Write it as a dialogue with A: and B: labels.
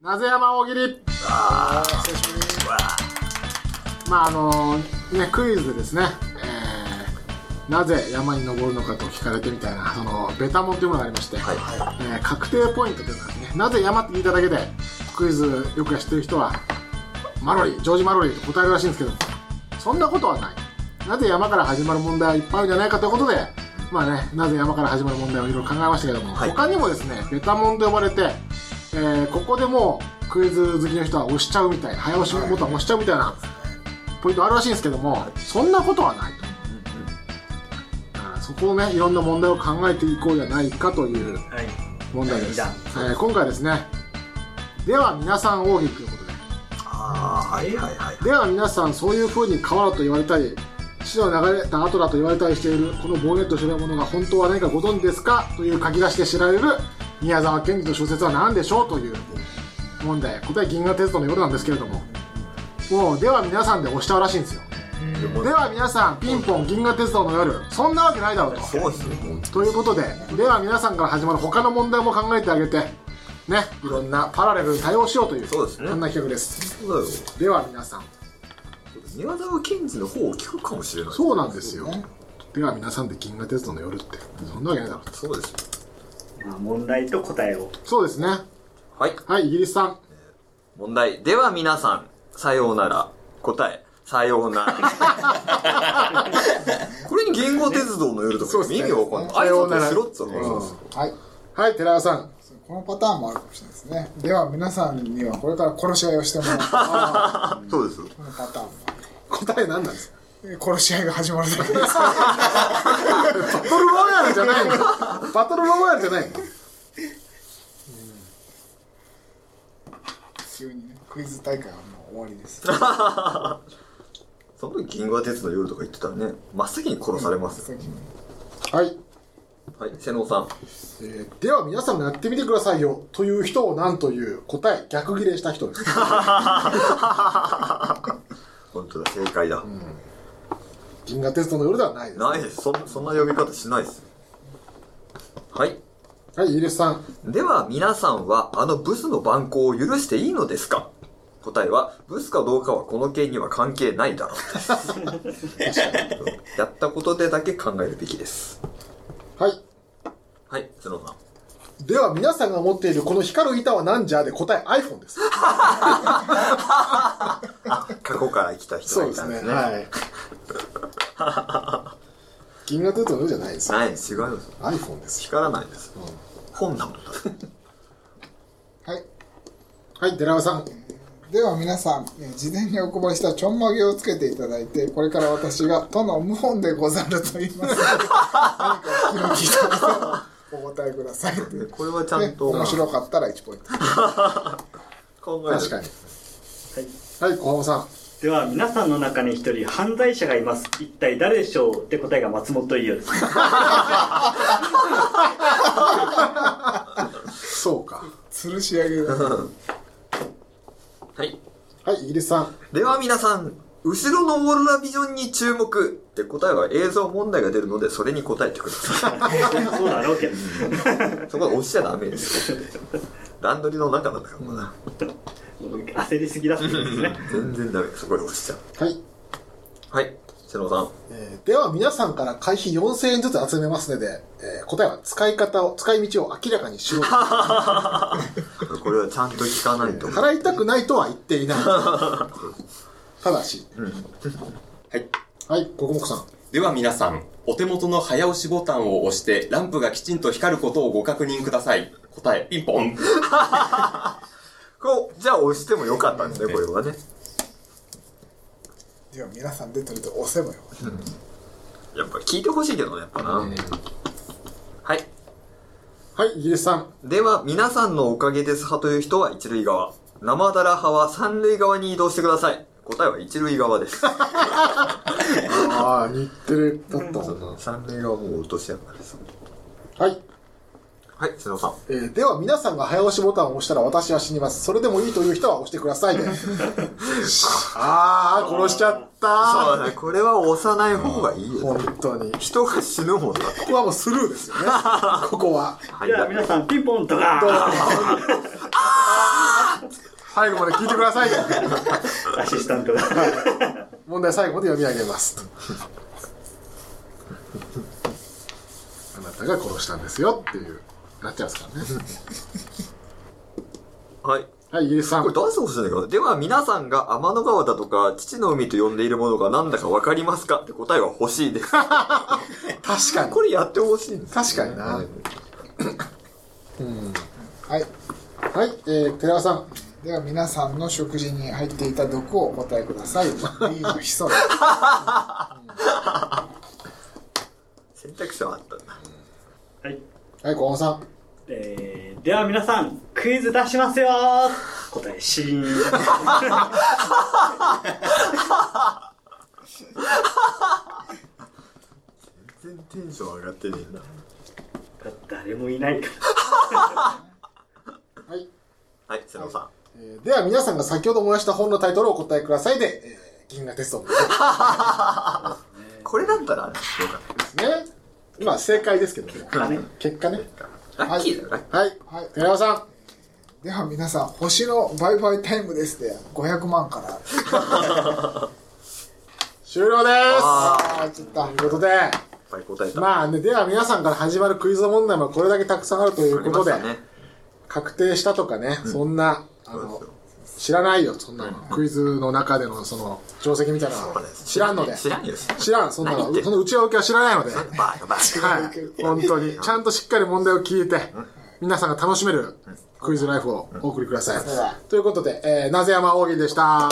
A: なぜ山大喜利
B: ああ久しぶり
A: まああのねクイズでですね、えーなぜ山に登るのかと聞かれてみたいなそのベタモンというものがありまして、
B: は
A: えー確定ポイントというのがあるんですねなぜ山って聞いただけでクイズよく知ってる人はマロリージョージ・マロリーと答えるらしいんですけどそんなことはないなぜ山から始まる問題はいっぱいあるんじゃないかということでまあねなぜ山から始まる問題をいろいろ考えましたけども、
B: はい
A: 他にもですねベタモンと呼ばれて、えーここでもうクイズ好きの人は押しちゃうみたいな早押しボタン押しちゃうみたいなポイントあるらしいんですけども、そんなことはないとだからそこをねいろんな問題を考えていこうじゃないかという
C: はい。
A: 問題です、え
C: 第二
A: ー今回ですねでは皆さん大喜利ということで
B: ああはいはいはい
A: では皆さんそういう風に変わると言われたり死の流れた後だと言われたりしているこのボンネット白いものが本当は何かご存知ですかという書き出しで知られる宮沢賢治の小説は何でしょうという問題答え銀河鉄道の夜なんですけれどももうでは皆さんで押しちゃうらしいんですよでは皆さんピンポン銀河鉄道の夜そんなわけないだろうと
B: そうですね本
A: ということででは皆さんから始まる他の問題も考えてあげてねいろんなパラレルに対応しようという
B: そうですね
A: こんな企画です
B: 当だよ
A: では皆さん
B: 宮沢賢治の方を聞くかもしれない
A: そうなんですよ。では皆さんで銀河鉄道の夜って、そんなわけないだろう。
B: そうですよ
C: まあ、問題と答えを。
A: そうですね。
D: はい。
A: はい、イギリスさん。
D: 問題。では皆さん、さようなら。答え、さようなら。 これに言語鉄道の夜と
A: そう
D: か
A: ですね
D: 意味わかん
A: さ
D: ない。
A: ような
D: 挨
A: ら
D: 拶しろっつうの。
E: はい
A: はい、寺尾さん。
E: このパターンもあるかもしれないですねでは皆さんにはこれから殺し合いをしてもらう
D: そうです。
E: このパターンも
A: 答え何なんですか
E: えー殺し合いが始まるだけです
A: バトルロワイヤルじゃない のバトルロワイヤルじゃないの
E: 急にねクイズ大会はもう終わりです
D: その時銀河鉄道の夜とか言ってたらね、真っ先に殺されますよ。
A: はい。
D: はい、瀬能さん。
A: えーでは皆さんもやってみてくださいよ。という人を何という答え、逆ギレした人です。
D: 本当だ、正解だ。
A: 銀河鉄道の夜ではないです。
D: ないです。そそんな呼び方しないです。はい。
A: はい、イギリスさん。
D: では皆さんはあのブスの蛮行を許していいのですか答えは、ブスかどうかはこの件には関係ないだろうです。やったことでだけ考えるべきです。
A: はい。
D: はい、スノーさん。
A: では皆さんが持っているこの光る板は何じゃで答え iPhone です。
D: 過去から来た人がいたんですね。
A: はい。銀河鉄道の夜じゃないですよ。
D: はい、違います。
A: iPhone ですよ。
D: 光らないです。本なのだ。
E: はい
A: はい、寺尾さん。
E: では皆さん、えー事前にお配りしたちょんまげをつけていただいて、これから私が、殿無本でござると言いますので。何かお気の利いた方お答えくださいという。
D: これはちゃんと
E: ね面白かったら1ポイント。
D: 考える。
A: 確かに。
C: はい。
A: はい、小浜さん。
C: では、皆さんの中に一人犯罪者がいます。一体誰でしょうって答えが松本伊代です。
A: そうか。
E: 吊るし上げだ、ね。
D: はい。
A: はい、イギリスさん。
D: では皆さん、後ろのオーロラビジョンに注目って答えは映像問題が出るので、それに答えてください。
C: そうだろうけど。
D: そこは押しちゃダメですよ。段取りの中なんだから、まだ。
C: 焦りすぎだそうですね。
D: 全然ダメ。そこで押しちゃう。
A: はい。
D: はい。瀬野さん。
A: えーでは皆さんから会費4000円ずつ集めますので、えー答えは使い方を、使い道を明らかにしろ。
D: これはちゃんと聞かないと。は
A: 払いたくないとは言ってい ない。ただし。
F: はい。
A: はい、ここもこさん。
F: では皆さん、お手元の早押しボタンを押して、ランプがきちんと光ることをご確認ください。答え、ピンポン。
D: こう、じゃあ押してもよかったんですね、これはね。
E: では皆さん出てると押せばよ。
D: やっぱ聞いてほしいけどね、やっぱな。はい。
A: はい、イギリスさん。
D: では、皆さんのおかげです派という人は一塁側。生だら派は三塁側に移動してください。答えは一塁側です。
A: ああ、日テレだったもんな。
D: 三塁側もう落としやからです。
A: はい。
D: はい、瀬野さん。
A: えーでは皆さんが早押しボタンを押したら私は死にます。それでもいいという人は押してくださ いね。ああ、殺しちゃった。
D: そうだね、これは押さない方がいいよ。
A: 本当に。こ
D: 人が死ぬもんだ。
A: こはもうスルーですよね。 ここは。
D: は
C: では、皆さん、ピンポンとか。
A: 最後まで聞いてください。
C: アシスタントが。
A: 問題最後まで読み上げます。あなたが殺したんですよっていう、なっちゃいます からね。
D: はい。
A: はい、イギリスさん。
D: これ出してほしいんだけど、では皆さんが天の川だとか、父の海と呼んでいるものが何だかわかりますかって答えは欲しい です。
A: 確かに。
D: これやってほしいんです
A: 確かにな。はい。
E: はい
A: えー、寺尾さん。
E: では皆さんの食事に入っていた毒をお答えください B のヒ素
D: 選択肢はあったんだ。
C: はい。
A: はい、小野さん。
C: えー、では皆さん、クイズ出しますよ答え、シーン。
D: 全然テンション上がってねえな。
C: 誰もいないか
A: はい。
D: はい、瀬野さん。
A: えーでは皆さんが先ほど燃やした本のタイトルをお答えくださいで、えー銀河鉄道の夜
D: これだったら、よかっ
A: ですね。 今、正解ですけどね。
C: らね。
A: 結果ね。
D: た。ラッキーだよ、ラッキー。
A: はい。
E: はい
A: 寺尾さん。
E: では皆さん星の売買タイムですで500万から
A: 終了です
E: あーちょっと
A: ということで、
D: いっぱい答えた。
A: まあね、では皆さんから始まるクイズ問題もこれだけたくさんあるということで、
D: ありましたね。
A: 確定したとかね、そんな、あ
D: そう
A: の
D: ですよ、
A: 知らないよ、そんなの。クイズの中でのその、定石みたいなのは知らんので。
D: 知らんよ、知らん。
A: 知らん、そんな
D: 何言
A: の
D: って。ん
A: その内輪受けは知らないので。
D: バカバカ。
A: はい、本当に。ちゃんとしっかり問題を聞いて、皆さんが楽しめるクイズライフをお送りください。ということで、えー、なぜ山大喜利でした。